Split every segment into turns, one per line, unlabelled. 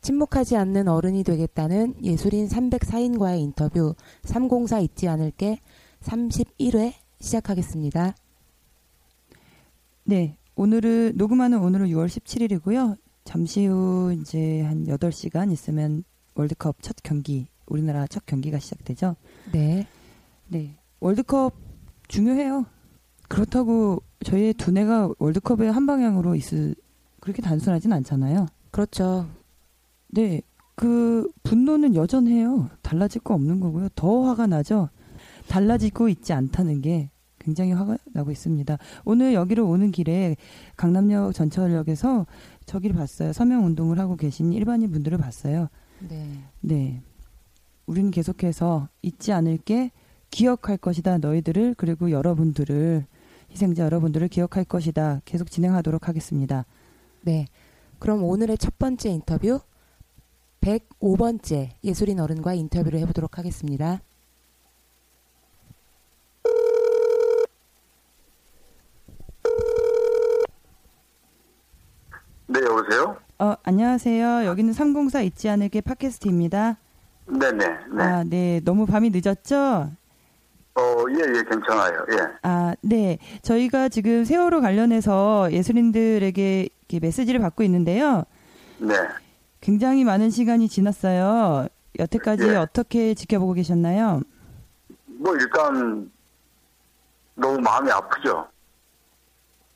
침묵하지 않는 어른이 되겠다는 예술인 304인과의 인터뷰 304 잊지 않을게 31회 시작하겠습니다.
네. 오늘은 녹음하는 오늘은 6월 17일이고요. 잠시 후 이제 한 8시간 있으면 월드컵 첫 경기, 우리나라 첫 경기가 시작되죠.
네.
네. 월드컵 중요해요. 그렇다고 저희의 두뇌가 월드컵에 한 방향으로 있을 그렇게 단순하진 않잖아요.
그렇죠.
네. 그 분노는 여전해요. 달라질 거 없는 거고요. 더 화가 나죠. 달라지고 있지 않다는 게 굉장히 화가 나고 있습니다. 오늘 여기로 오는 길에 강남역 전철역에서 저기를 봤어요. 서명 운동을 하고 계신 일반인 분들을 봤어요.
네.
네. 우리는 계속해서 잊지 않을게 기억할 것이다. 너희들을 그리고 여러분들을 희생자 여러분들을 기억할 것이다. 계속 진행하도록 하겠습니다.
네. 그럼 오늘의 첫 번째 인터뷰 105번째 예술인 어른과 인터뷰를 해보도록 하겠습니다.
네, 여보세요?
어, 안녕하세요. 여기는 304 잊지 않을게 팟캐스트입니다.
네네, 네.
아, 네. 너무 밤이 늦었죠?
어, 예, 예, 괜찮아요. 예.
아, 네. 저희가 지금 세월호 관련해서 예술인들에게 이렇게 메시지를 받고 있는데요.
네.
굉장히 많은 시간이 지났어요. 여태까지
예.
어떻게 지켜보고 계셨나요?
뭐, 일단, 너무 마음이 아프죠?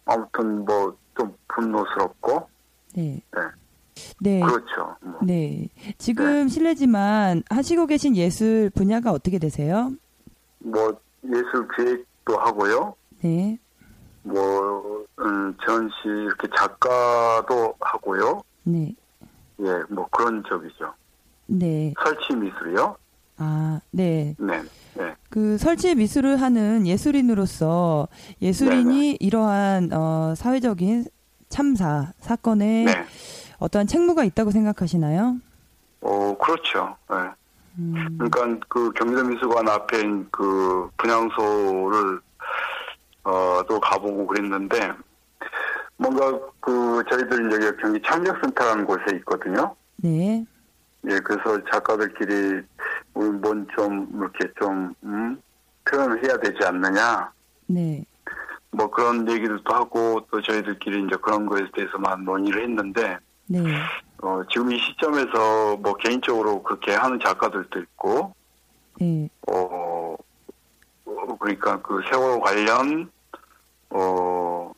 아무튼, 뭐, 좀 분노스럽고,
네.
네.
네.
그렇죠. 뭐.
네. 지금 실례지만 하시고 계신 예술 분야가 어떻게 되세요?
뭐, 예술 기획도 하고요.
네.
뭐, 음, 전시, 이렇게 작가도 하고요.
네.
예, 뭐, 그런 쪽이죠.
네.
설치 미술이요?
아, 네.
네, 네.
그 설치 미술을 하는 예술인으로서 예술인이
네네.
이러한 어, 사회적인 참사 사건에
네.
어떠한 책무가 있다고 생각하시나요?
어, 그렇죠. 예.
음,
그러니까 그 경기도 미술관 앞에 있는 그 분향소를 어또 가보고 그랬는데 뭔가 그 저희들 여기 경기 창작센터라는 곳에 있거든요.
네,
예, 그래서 작가들끼리 우리 뭔좀 이렇게 좀 음, 표현을 해야 되지 않느냐.
네,
뭐 그런 얘기들도 하고 또 저희들끼리 이제 그런 거에 대해서만 논의를 했는데
네,
어 지금 이 시점에서 뭐 개인적으로 그렇게 하는 작가들도 있고
네,
어, 어, 그러니까 그 세월호 관련, 어,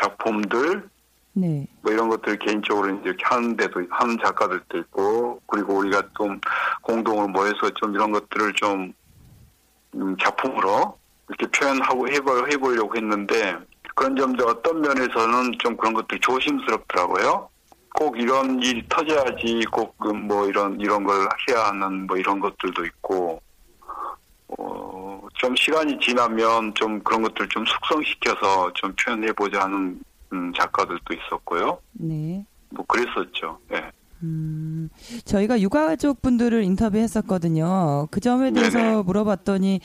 작품들,
네,
뭐 이런 것들 개인적으로 이제 이렇게 하는 데도, 하는 작가들도 있고, 그리고 우리가 좀 공동으로 모여서 좀 이런 것들을 좀, 음, 작품으로 이렇게 표현하고 해보, 해보려고 했는데, 그런 점도 어떤 면에서는 좀 그런 것들이 조심스럽더라고요. 꼭 이런 일이 터져야지 꼭 뭐 이런 이런 걸 해야 하는 뭐 이런 것들도 있고 어 좀 시간이 지나면 좀 그런 것들 좀 숙성시켜서 좀 표현해 보자 하는 음, 작가들도 있었고요.
네.
뭐 그랬었죠. 예.
음, 저희가 유가족 분들을 인터뷰했었거든요. 그 점에 대해서
네네.
물어봤더니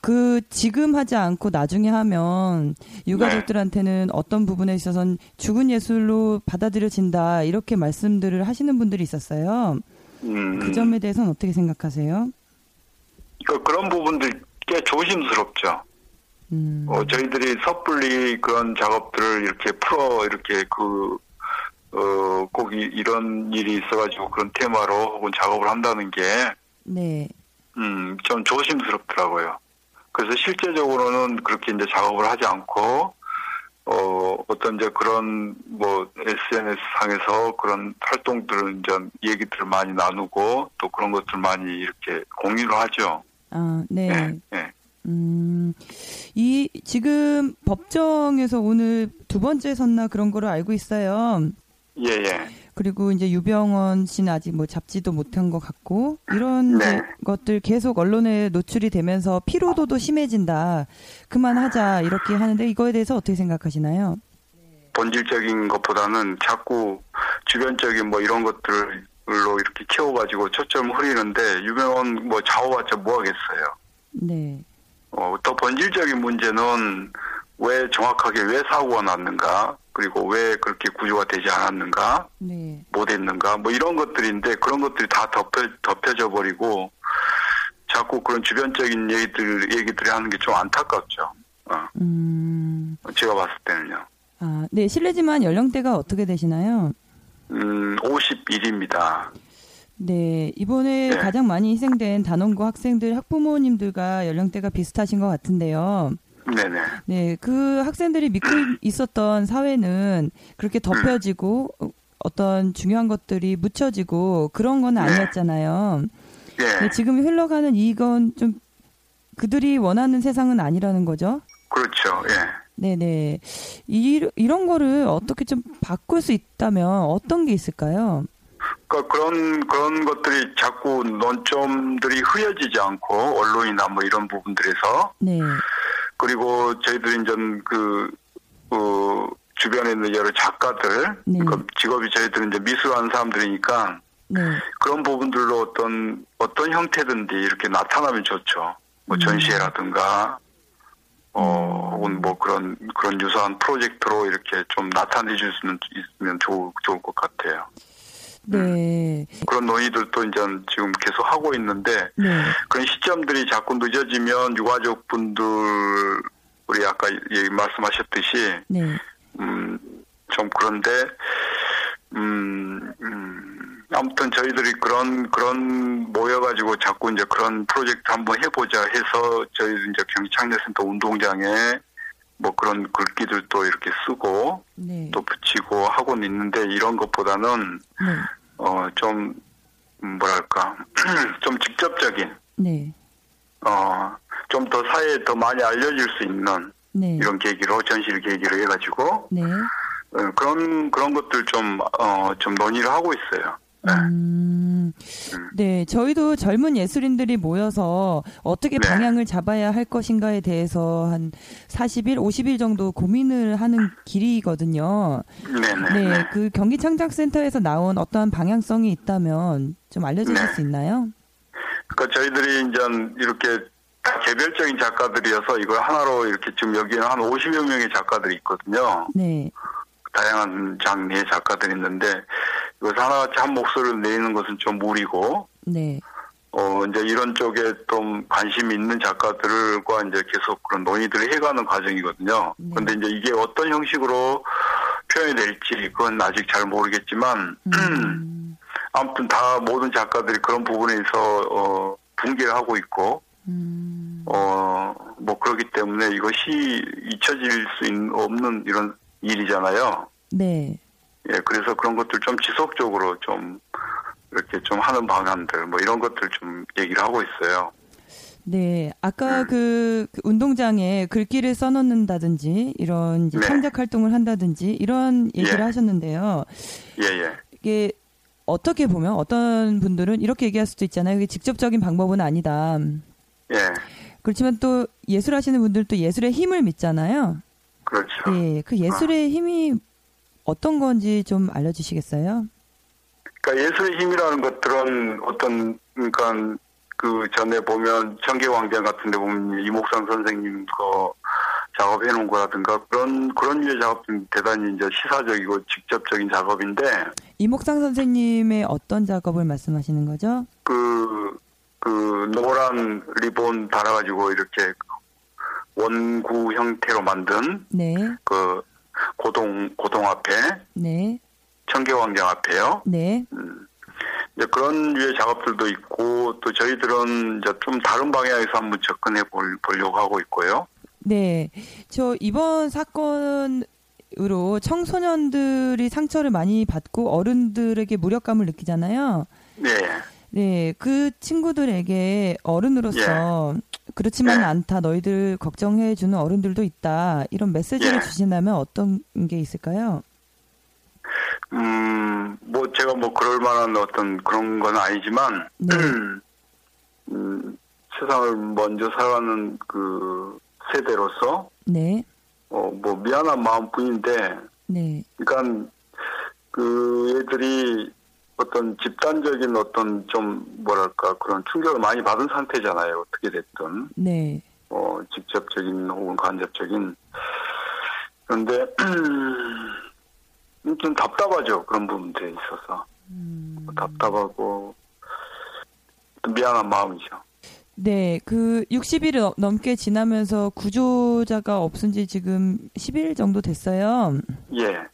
그 지금 하지 않고 나중에 하면 유가족들한테는
네.
어떤 부분에 있어서는 죽은 예술로 받아들여진다 이렇게 말씀들을 하시는 분들이 있었어요.
음,
그 점에 대해서는 어떻게 생각하세요?
그- 그런 부분들 꽤 조심스럽죠.
음,
어, 저희들이 섣불리 그런 작업들을 이렇게 풀어 이렇게 그 어, 꼭 이, 이런 일이 있어가지고 그런 테마로 혹은 작업을 한다는 게
네,
음, 좀 조심스럽더라고요. 그래서 실제적으로는 그렇게 이제 작업을 하지 않고, 어, 어떤 이제 그런 뭐 SNS 상에서 그런 활동들을 이제 얘기들을 많이 나누고 또 그런 것들 많이 이렇게 공유를 하죠.
아, 네.
예, 예.
음, 이 지금 법정에서 오늘 두 번째 선나 그런 거로 알고 있어요.
예, 예.
그리고 이제 유병원 씨는 아직 뭐 잡지도 못한 것 같고 이런
네.
거- 것들 계속 언론에 노출이 되면서 피로도도 심해진다. 그만하자 이렇게 하는데 이거에 대해서 어떻게 생각하시나요?
본질적인 것보다는 자꾸 주변적인 뭐 이런 것들로 이렇게 키워가지고 초점을 흐리는데 유명한 뭐 좌우왔자 뭐 하겠어요.
네,
어, 더 본질적인 문제는 왜 정확하게 왜 사고가 났는가 그리고 왜 그렇게 구조가 되지 않았는가
네,
못했는가 뭐 이런 것들인데 그런 것들이 다 덮여 덮여져 버리고 자꾸 그런 주변적인 얘기들 얘기들이 하는 게 좀 안타깝죠. 어,
음,
제가 봤을 때는요.
아, 네 실례지만 연령대가 어떻게 되시나요?
음, 51입니다.
네, 이번에
네.
가장 많이 희생된 단원고 학생들 학부모님들과 연령대가 비슷하신 것 같은데요.
네네.
네, 그 학생들이 믿고 있었던 사회는 그렇게 덮여지고 어, 어떤 중요한 것들이 묻혀지고 그런 건 아니었잖아요.
예,
근데 지금 흘러가는 이건 좀 그들이 원하는 세상은 아니라는 거죠.
그렇죠. 예.
네네. 이, 이런 거를 어떻게 좀 바꿀 수 있다면 어떤 게 있을까요?
그러니까 그런 그런 것들이 자꾸 논점들이 흐려지지 않고 언론이나 뭐 이런 부분들에서
네.
그리고 저희들이 이제 그, 어, 주변에 있는 여러 작가들,
네.
그러니까 직업이 저희들은 이제 미술하는 사람들이니까
네.
그런 부분들로 어떤, 어떤 형태든지 이렇게 나타나면 좋죠. 뭐
음.
전시회라든가, 어, 혹은 뭐 그런, 그런 유사한 프로젝트로 이렇게 좀 나타내 줄 수는 있으면 좋, 좋을 것 같아요.
네.
그런 논의들도 이제 지금 계속 하고 있는데,
네.
그런 시점들이 자꾸 늦어지면 유가족분들 우리 아까 예, 말씀하셨듯이
네.
음, 좀 그런데 음, 음, 아무튼 저희들이 그런 그런 모여가지고 자꾸 이제 그런 프로젝트 한번 해보자 해서 저희 이제 경기창례센터 운동장에 뭐 그런 글귀들도 이렇게 쓰고
네.
또 붙이고 하고는 있는데 이런 것보다는
네.
어좀 음, 뭐랄까 좀 직접적인
네.
어, 좀 더 사회에 더 많이 알려질 수 있는
네.
이런 계기로, 전시를 계기로 해가지고,
네.
어, 그런, 그런 것들 좀, 어, 좀 논의를 하고 있어요. 네.
음, 네, 저희도 젊은 예술인들이 모여서 어떻게
네.
방향을 잡아야 할 것인가에 대해서 한 40일, 50일 정도 고민을 하는 길이거든요.
네네.
네,
네.
그 경기 창작센터에서 나온 어떠한 방향성이 있다면 좀 알려주실
네.
수 있나요?
그러니까 저희들이 이제 이렇게 다 개별적인 작가들이어서 이걸 하나로 이렇게 지금 여기는 한 50여 명의 작가들이 있거든요.
네,
다양한 장르의 작가들이 있는데, 이것을 하나같이 한 목소리를 내는 것은 좀 무리고,
네,
어, 이제 이런 쪽에 좀 관심이 있는 작가들과 이제 계속 그런 논의들을 해가는 과정이거든요.
네.
근데 이제 이게 어떤 형식으로 표현이 될지 그건 아직 잘 모르겠지만,
음,
아무튼 다 모든 작가들이 그런 부분에서, 어, 붕괴를 하고 있고,
음,
어, 뭐 그렇기 때문에 이것이 잊혀질 수 있- 없는 이런 일이잖아요.
네,
예, 그래서 그런 것들 좀 지속적으로 좀 이렇게 좀 하는 방안들, 뭐 이런 것들 좀 얘기를 하고 있어요.
네. 아까 그, 그 운동장에 글귀를 써놓는다든지 이런 이제
네.
창작 활동을 한다든지 이런 얘기를
예.
하셨는데요.
예, 예.
이게 어떻게 보면 어떤 분들은 이렇게 얘기할 수도 있잖아요. 이게 직접적인 방법은 아니다.
예,
그렇지만 또 예술하시는 분들도 예술의 힘을 믿잖아요.
그렇죠.
예, 그 예술의 힘이 어떤 건지 좀 알려주시겠어요?
그러니까 예술의 힘이라는 것들은 어떤 그러니까 그 전에 보면 청계광장 같은데 보면 이목상 선생님 거 작업해 놓은 거라든가 그런 그런 유의 작업은 대단히 이제 시사적이고 직접적인 작업인데
이목상 선생님의 어떤 작업을 말씀하시는 거죠?
그, 그 노란 리본 달아가지고 이렇게 원구 형태로 만든
네,
그 고동 고동 앞에
네,
청계광장 앞에요.
네,
이제 그런 류의 작업들도 있고 또 저희들은 이제 좀 다른 방향에서 한번 접근해 볼, 보려고 하고 있고요.
네. 저 이번 사건 으로 청소년들이 상처를 많이 받고 어른들에게 무력감을 느끼잖아요.
예.
네, 그 친구들에게 어른으로서 그렇지만
예.
않다. 너희들 걱정해 주는 어른들도 있다. 이런 메시지를
예.
주신다면 어떤 게 있을까요?
음, 뭐 제가 뭐 그럴 만한 어떤 그런 건 아니지만,
네.
음, 세상을 먼저 살아가는 그 세대로서,
네.
어, 뭐 미안한 마음뿐인데,
네.
그러니까 그 애들이 어떤 집단적인 어떤 좀 뭐랄까 그런 충격을 많이 받은 상태잖아요. 어떻게 됐든.
네.
어, 직접적인 혹은 간접적인. 그런데, 좀 답답하죠. 그런 부분들에 있어서. 답답하고, 미안한 마음이죠.
네, 그 60일 넘- 넘게 지나면서 구조자가 없은 지 지금 10일 정도 됐어요.
예,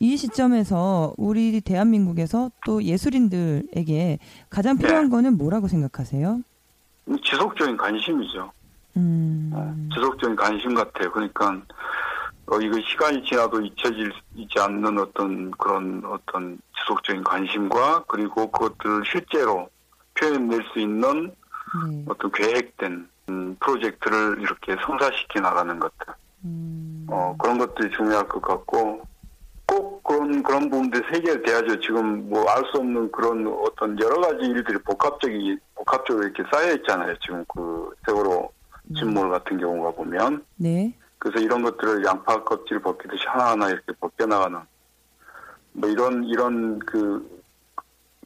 이 시점에서 우리 대한민국에서 또 예술인들에게 가장 필요한
네.
거는 뭐라고 생각하세요?
지속적인 관심이죠.
음,
어, 지속적인 관심 같아요. 그러니까, 어, 이거 시간이 지나도 잊혀질, 수- 잊지 않는 어떤 그런 어떤 지속적인 관심과 그리고 그것들을 실제로 표현될 수 있는
네.
어떤 계획된 음, 프로젝트를 이렇게 성사시키 나가는 것들 어, 그런 것들이 중요할 것 같고 꼭 그런 그런 부분들 해결돼야죠. 지금 뭐 알 수 없는 그런 어떤 여러 가지 일들이 복합적이 복합적으로 이렇게 쌓여 있잖아요. 지금 그 세월호 침몰 같은 경우가 보면
네.
그래서 이런 것들을 양파 껍질 벗기듯이 하나하나 이렇게 벗겨나가는 뭐 이런 이런 그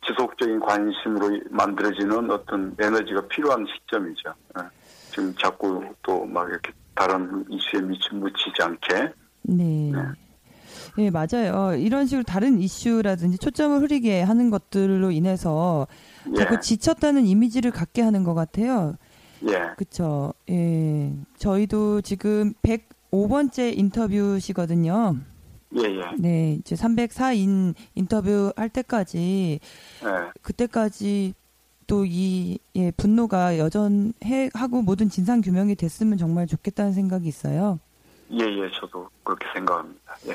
지속적인 관심으로 만들어지는 어떤 에너지가 필요한 시점이죠. 예. 지금 자꾸 또 막 이렇게 다른 이슈에 미치, 묻히지 않게.
네. 예, 맞아요. 이런 식으로 다른 이슈라든지 초점을 흐리게 하는 것들로 인해서 자꾸
예.
지쳤다는 이미지를 갖게 하는 것 같아요.
예.
그쵸. 예. 저희도 지금 105번째 인터뷰시거든요.
예, 예.
네. 이제 304인 인터뷰 할 때까지,
예.
그때까지 또 이, 예, 분노가 여전해, 하고 모든 진상규명이 됐으면 정말 좋겠다는 생각이 있어요.
예, 예. 저도 그렇게 생각합니다. 예.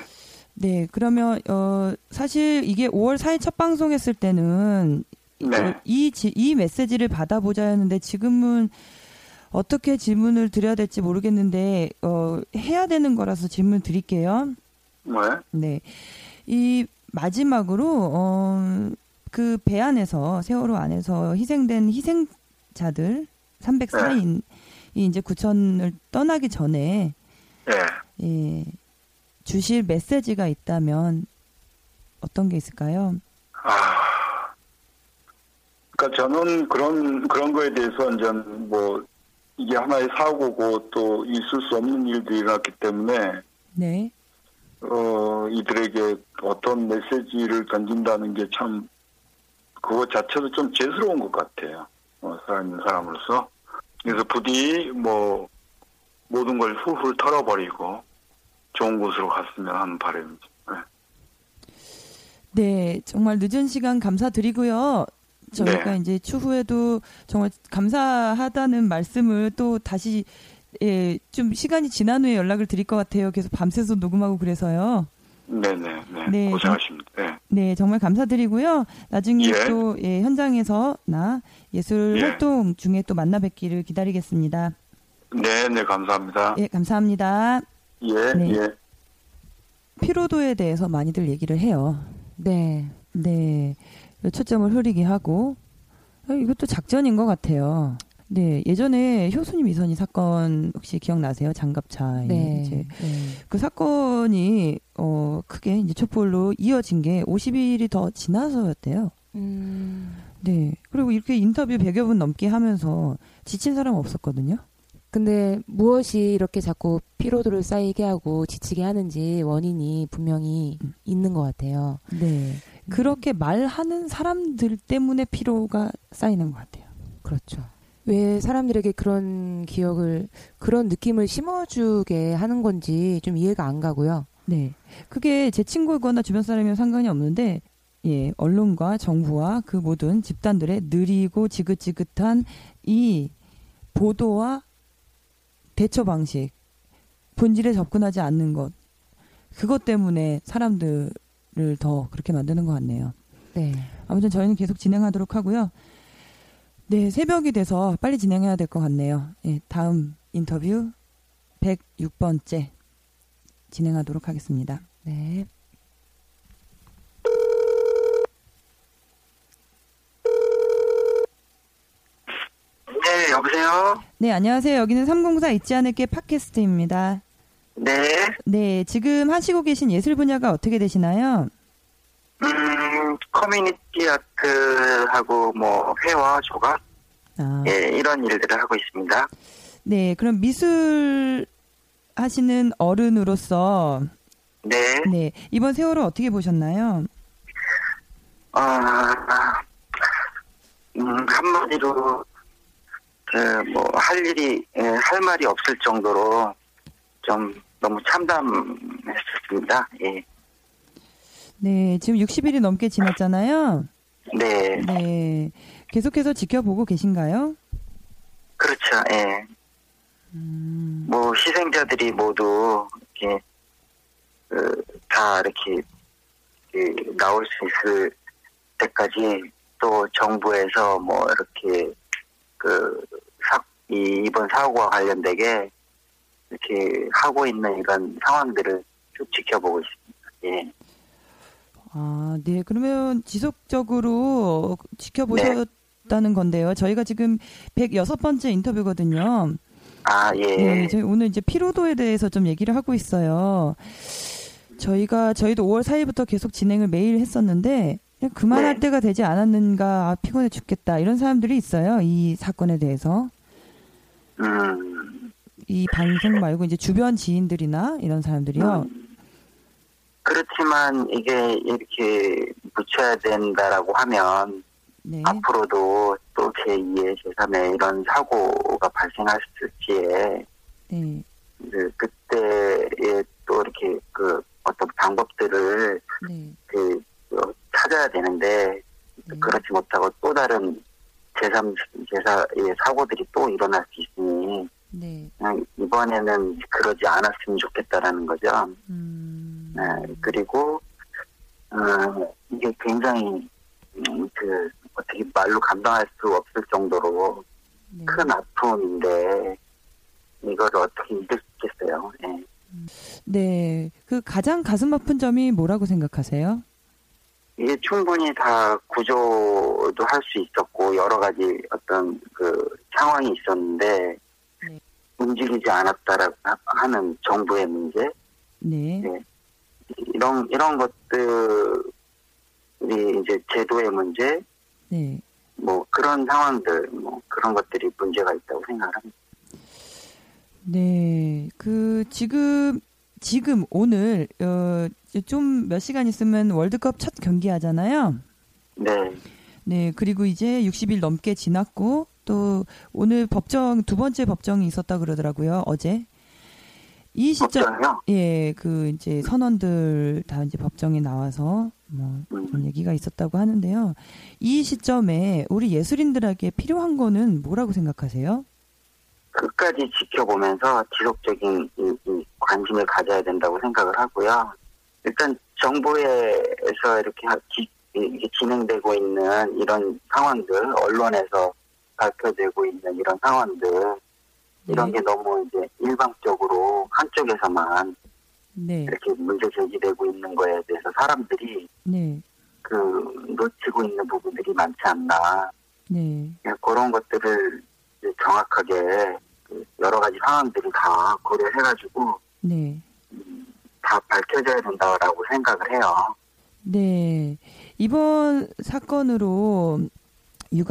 네, 그러면 어 사실 이게 5월 4일 첫 방송했을 때는
네.
어, 이, 지- 이 메시지를 받아보자 했는데 지금은 어떻게 질문을 드려야 될지 모르겠는데 어 해야 되는 거라서 질문 드릴게요.
뭐, 예?
네. 이 마지막으로 어 그 배 안에서 세월호 안에서 희생된 희생자들 304인이 이제 구천을 떠나기 전에
예.
예, 주실 메시지가 있다면 어떤 게 있을까요?
아, 그러니까 저는 그런 그런 거에 대해서 이제 뭐 이게 하나의 사고고 또 있을 수 없는 일들이 일어났기 때문에
네,
어 이들에게 어떤 메시지를 던진다는 게 참 그거 자체도 좀 죄스러운 것 같아요. 어, 사람 사람으로서 그래서 부디 뭐 모든 걸 훌훌 털어버리고 좋은 곳으로 갔으면 하는 바람이죠. 네.
네 정말 늦은 시간 감사드리고요. 저희가
네.
이제 추후에도 정말 감사하다는 말씀을 또 다시 예, 좀 시간이 지난 후에 연락을 드릴 것 같아요. 계속 밤새서 녹음하고 그래서요.
네네, 네.
네,
고생하십니다. 네.
네, 정말 감사드리고요. 나중에
예.
또 예, 현장에서나 예술
예.
활동 중에 또 만나 뵙기를 기다리겠습니다.
네, 네, 감사합니다.
예, 감사합니다.
예,
네.
예.
피로도에 대해서 많이들 얘기를 해요.
네.
네. 초점을 흐리게 하고 아, 이것도 작전인 것 같아요. 네, 예전에 효수님 이선희 사건 혹시 기억나세요? 장갑차
네.
이제
네.
그 사건이 어 크게 이제 촛불로 이어진 게 50일이 더 지나서였대요.
음,
네, 그리고 이렇게 인터뷰 100여 분 넘게 하면서 지친 사람 없었거든요.
근데 무엇이 이렇게 자꾸 피로도를 쌓이게 하고 지치게 하는지 원인이 분명히 있는 것 같아요.
네, 그렇게 말하는 사람들 때문에 피로가 쌓이는 것 같아요.
그렇죠. 왜 사람들에게 그런 기억을, 그런 느낌을 심어주게 하는 건지 좀 이해가 안 가고요.
네. 그게 제 친구거나 주변 사람이면 상관이 없는데, 예, 언론과 정부와 그 모든 집단들의 느리고 지긋지긋한 이 보도와 대처 방식, 본질에 접근하지 않는 것. 그것 때문에 사람들을 더 그렇게 만드는 것 같네요.
네.
아무튼 저희는 계속 진행하도록 하고요. 네, 새벽이 돼서 빨리 진행해야 될 것 같네요. 예, 다음 인터뷰 106번째 진행하도록 하겠습니다.
네.
네, 여보세요?
네, 안녕하세요. 여기는 304 잊지 않을게 팟캐스트입니다.
네.
네, 지금 하시고 계신 예술 분야가 어떻게 되시나요?
음, 커뮤니티 아트하고 뭐 회화, 조각,
아,
예, 이런 일들을 하고 있습니다.
네, 그럼 미술 하시는 어른으로서
네.
네, 이번 세월호 어떻게 보셨나요?
아, 어, 음, 한마디로, 그, 뭐, 할 일이, 예, 할 말이 없을 정도로 좀 너무 참담했습니다. 예.
네, 지금 60일이 넘게 지났잖아요.
네.
네. 계속해서 지켜보고 계신가요?
그렇죠. 예.
음.
뭐, 희생자들이 모두, 이렇게, 그, 다 이렇게, 그, 나올 수 있을 때까지 또 정부에서 뭐, 이렇게, 그, 사, 이, 이번 사고와 관련되게 이렇게 하고 있는 이런 상황들을 쭉 지켜보고 있습니다. 예.
아, 네. 그러면 지속적으로 지켜보셨다는 건데요. 저희가 지금 106번째 인터뷰거든요.
아, 예.
네, 저희 오늘 이제 피로도에 대해서 좀 얘기를 하고 있어요. 저희가 저희도 5월 4일부터 계속 진행을 매일 했었는데 그냥 그만할
네.
때가 되지 않았는가 아, 피곤해 죽겠다 이런 사람들이 있어요. 이 사건에 대해서
음.
이 방송 말고 이제 주변 지인들이나 이런 사람들이요.
그렇지만 이게 이렇게 붙여야 된다라고 하면
네.
앞으로도 또 제2의, 제3의 이런 사고가 발생할 시에
네.
그 그때에 또 이렇게 그 어떤 방법들을
네.
그 어, 찾아야 되는데
네.
그렇지 못하고 또 다른 제3, 제4의 사고들이 또 일어날 수 있으니
네.
그냥 이번에는 그러지 않았으면 좋겠다라는 거죠.
음.
네, 그리고 어, 이게 굉장히 음, 그 어떻게 말로 감당할 수 없을 정도로
네.
큰 아픔인데 이걸 어떻게 잊을 수 있겠어요? 예.
네. 그 가장 가슴 아픈 점이 뭐라고 생각하세요?
이게 충분히 다 구조도 할 수 있었고 여러 가지 어떤 그 상황이 있었는데
네.
움직이지 않았다라고 하- 하는 정부의 문제
네.
네. 이런 이런 것들이 이제 제도의 문제
네.
뭐 그런 상황들 뭐 그런 것들이 문제가 있다고 생각합니다.
네. 그 지금 지금 오늘 어 좀 몇 시간 있으면 월드컵 첫 경기 하잖아요.
네,
네. 그리고 이제 60일 넘게 지났고 또 오늘 법정 두 번째 법정이 있었다 그러더라고요. 어제. 이 시점
걱정이요.
예, 그 이제 선원들 다 이제 법정에 나와서 뭐
음,
그런 얘기가 있었다고 하는데요. 이 시점에 우리 예술인들에게 필요한 거는 뭐라고 생각하세요?
끝까지 지켜보면서 지속적인 이- 이 관심을 가져야 된다고 생각을 하고요. 일단 정부에서 이렇게 하- 지, 이게 진행되고 있는 이런 상황들, 언론에서 밝혀지고 있는 이런 상황들, 이런 게 너무 이제 일방적으로 한쪽에서만
네,
이렇게 문제 제기되고 있는 거에 대해서 사람들이
네,
그 놓치고 있는 부분들이 많지 않나
네,
그냥 그런 것들을 이제 정확하게 그 여러 가지 상황들을 다 고려해가지고
네,
다 밝혀져야 된다라고 생각을 해요.
네. 이번 사건으로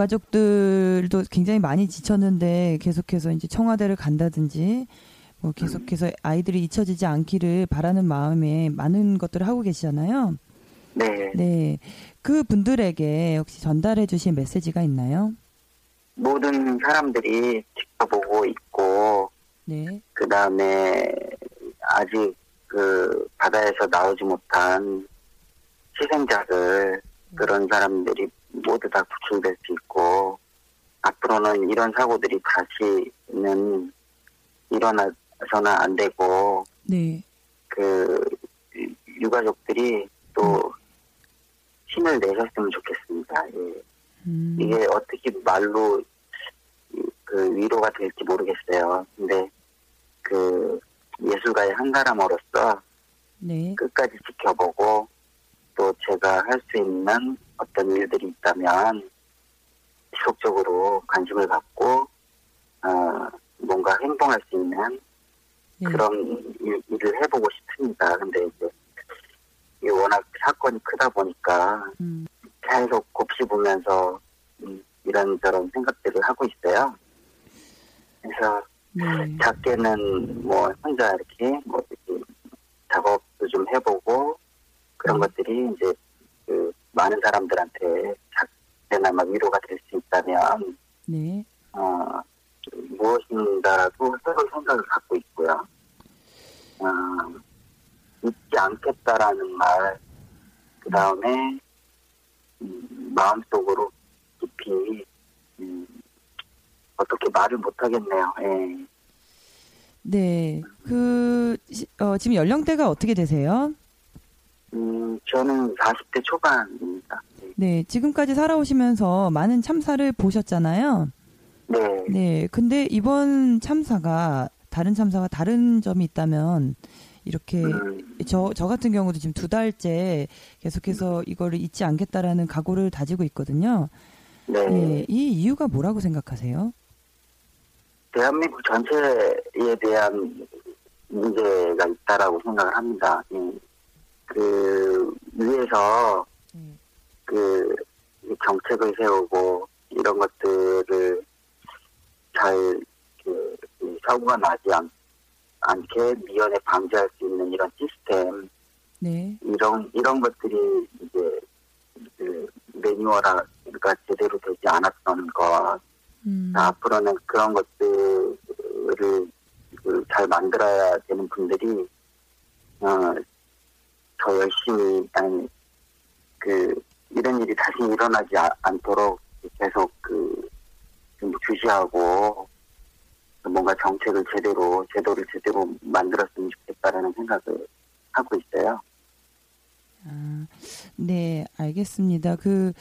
유가족들도 굉장히 많이 지쳤는데 계속해서 이제 청와대를 간다든지 뭐 계속해서 아이들이 잊혀지지 않기를 바라는 마음에 많은 것들을 하고 계시잖아요.
네.
네. 그 분들에게 혹시 전달해 주실 메시지가 있나요?
모든 사람들이 지켜보고 있고,
네.
그 다음에 아직 그 바다에서 나오지 못한 희생자들, 그런 사람들이 모두 다 구출될 수 있고, 앞으로는 이런 사고들이 다시는 일어나서는 안 되고,
네.
그, 이, 유가족들이 또 힘을 내셨으면 좋겠습니다. 예.
음,
이게 어떻게 말로 이- 그 위로가 될지 모르겠어요. 근데 그 예술가의 한 사람으로서
네.
끝까지 지켜보고 또 제가 할 수 있는 어떤 일들이 있다면 지속적으로 관심을 갖고 어, 뭔가 행동할 수 있는
네.
그런 일, 을 해보고 싶습니다. 근데 이제 이 워낙 사건이 크다 보니까
음,
계속 곱씹으면서 음, 이런저런 생각들을 하고 있어요. 그래서
네.
작게는 뭐 혼자 이렇게 뭐 이렇게 작업도 좀 해보고 그런 것들이 이제 그 많은 사람들한테 작게나마 위로가 될 수 있다면
네.
어, 무엇인가라도 새로운 생각을 갖고 있고요. 어, 잊지 않겠다라는 말, 그 다음에 음, 마음속으로 깊이 음, 어떻게 말을 못하겠네요. 예.
네. 그, 시- 어, 지금 연령대가 어떻게 되세요?
음, 저는 40대 초반입니다.
네. 지금까지 살아오시면서 많은 참사를 보셨잖아요.
네.
네. 근데 이번 참사가, 다른 참사와 다른 점이 있다면, 이렇게,
음,
저, 저 같은 경우도 지금 두 달째 계속해서 이거를 잊지 않겠다라는 각오를 다지고 있거든요.
네.
네. 이 이유가 뭐라고 생각하세요?
대한민국 전체에 대한 문제가 있다라고 생각을 합니다. 예. 그 위에서
네.
그 정책을 세우고 이런 것들을 잘그 사고가 나지 않, 않게 미연에 방지할 수 있는 이런 시스템
네.
이런 이런 것들이 이제 그 매뉴얼화가 그러니까 제대로 되지 않았던 것
음,
아, 앞으로는 그런 것들을 그잘 만들어야 되는 분들이 어, 더 열심히 아니 그 이런 일이 다시 일어나지 아- 않도록 계속 그좀 주시하고 뭔가 정책을 제대로 제도를 제대로 만들었으면 좋겠다라는 생각을 하고 있어요.
아, 네, 알겠습니다. 그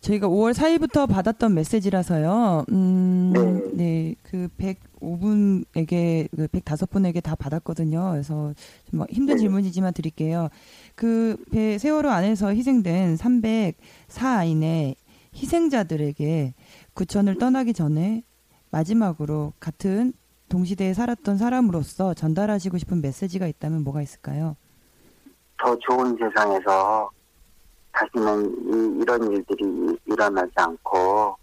저희가 5월 4일부터 받았던 메시지라서요. 음, 네, 그 105분에게 그 105분에게 다 받았거든요. 그래서 좀 힘든
네.
질문이지만 드릴게요. 그 배- 세월호 안에서 희생된 304인의 희생자들에게 구천을 떠나기 전에 마지막으로 같은 동시대에 살았던 사람으로서 전달하시고 싶은 메시지가 있다면 뭐가 있을까요?
더 좋은 세상에서 다시는 이, 런 일들이 일어나지 않고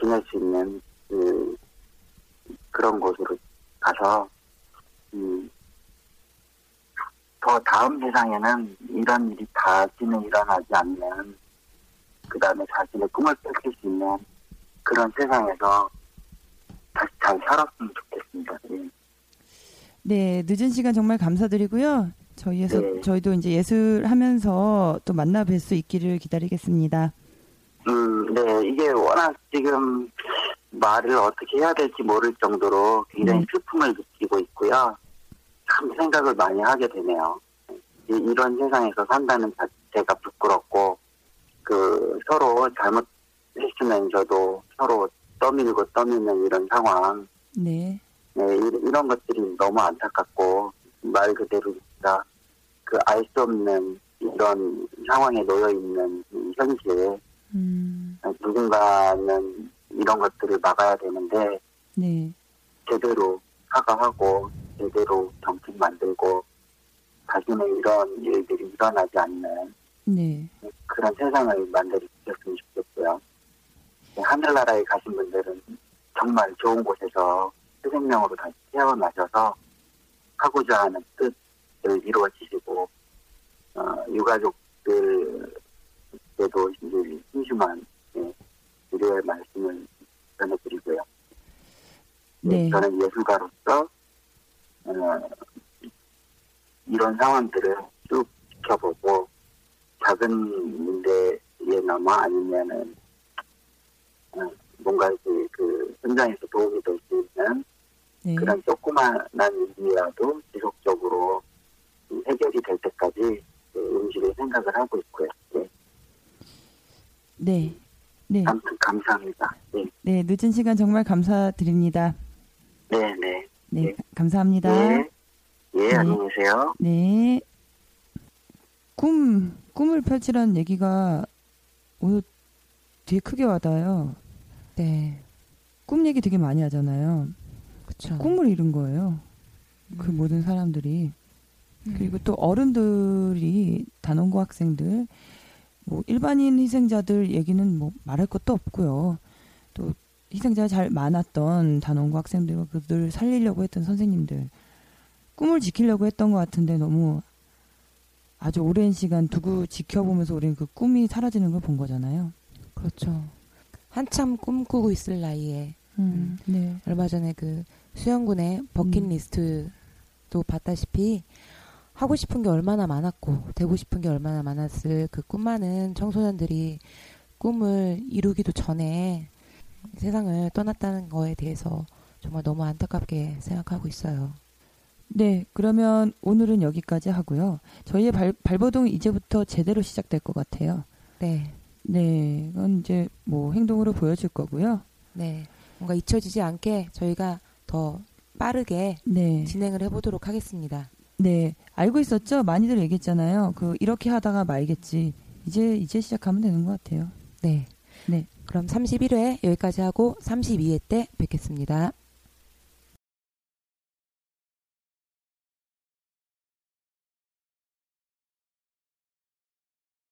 지낼 수 있는 그, 런 곳으로 가서 음, 더 다음 세상에는 이런 일이 다시는 일어나지 않는 그 다음에 자신의 꿈을 펼칠 수 있는 그런 세상에서 다시 잘 살았으면 좋겠습니다. 예.
네, 늦은 시간 정말 감사드리고요. 저희에서
네.
저희도 이제 예술하면서 또 만나 뵐 수 있기를 기다리겠습니다.
음, 네, 이게 워낙 지금 말을 어떻게 해야 될지 모를 정도로 굉장히
네.
슬픔을 느끼고 있고요. 참 생각을 많이 하게 되네요. 이, 이런 세상에서 산다는 자체가 부끄럽고, 그, 서로 잘못했으면서도 서로 떠밀고 떠미는 이런 상황,
네.
네, 이, 런 것들이 너무 안타깝고, 말 그대로 진짜 그 알 수 없는 이런 상황에 놓여 있는 현실,
음,
누군가는 이런 것들을 막아야 되는데
네.
제대로 사과하고 제대로 정책 만들고 다시는 이런 일들이 일어나지 않는
네.
그런 세상을 만들어 주셨으면 좋겠고요. 네, 하늘나라에 가신 분들은 정말 좋은 곳에서 새 생명으로 다시 태어나셔서 하고자 하는 뜻을 이루어지시고 어, 유가족들에도 이제 심심한 예, 위로의 말씀을 전해드리고요. 예,
네.
저는 예술가로서 어, 이런 상황들을 쭉 지켜보고 작은 문제에나마 아니면은 어, 뭔가 그, 그 현장에서 도움이 될 수 있는
네.
그런 조그만한 일이라도 지속적으로 음,
해결이 될 때까지 그 음식을 생각을 하고 있고요. 예.
네. 네.
아무튼 감사합니다. 예.
네, 늦은 시간 정말 감사드립니다.
네, 네.
네,
네.
감사합니다.
예. 예,
네.
안녕히 계세요.
네. 꿈, 꿈을 펼치라는 얘기가 오늘 되게 크게 와닿아요.
네,
꿈 얘기 되게 많이 하잖아요.
그쵸.
꿈을 잃은 거예요. 그
음.
모든 사람들이. 그리고 또 어른들이 단원고 학생들, 뭐 일반인 희생자들 얘기는 뭐 말할 것도 없고요. 또 희생자가 잘 많았던 단원고 학생들과 그들 살리려고 했던 선생님들. 꿈을 지키려고 했던 것 같은데 너무 아주 오랜 시간 두고 지켜보면서 우리는 그 꿈이 사라지는 걸 본 거잖아요.
그렇죠. 한참 꿈꾸고 있을 나이에 음,
네.
얼마 전에 그 수영군의 버킷리스트도 봤다시피 하고 싶은 게 얼마나 많았고 되고 싶은 게 얼마나 많았을 그 꿈많은 청소년들이 꿈을 이루기도 전에 세상을 떠났다는 거에 대해서 정말 너무 안타깝게 생각하고 있어요.
네, 그러면 오늘은 여기까지 하고요. 저희의 발, 발버둥 이제부터 제대로 시작될 것 같아요.
네,
네, 이건 이제 뭐 행동으로 보여줄 거고요.
네. 뭔가 잊혀지지 않게 저희가 더 빠르게
네,
진행을 해보도록 하겠습니다.
네, 알고 있었죠? 많이들 얘기했잖아요. 그 이렇게 하다가 말겠지. 이제 이제 시작하면 되는 것 같아요.
네.
네.
그럼 31회 여기까지 하고 32회 때 뵙겠습니다.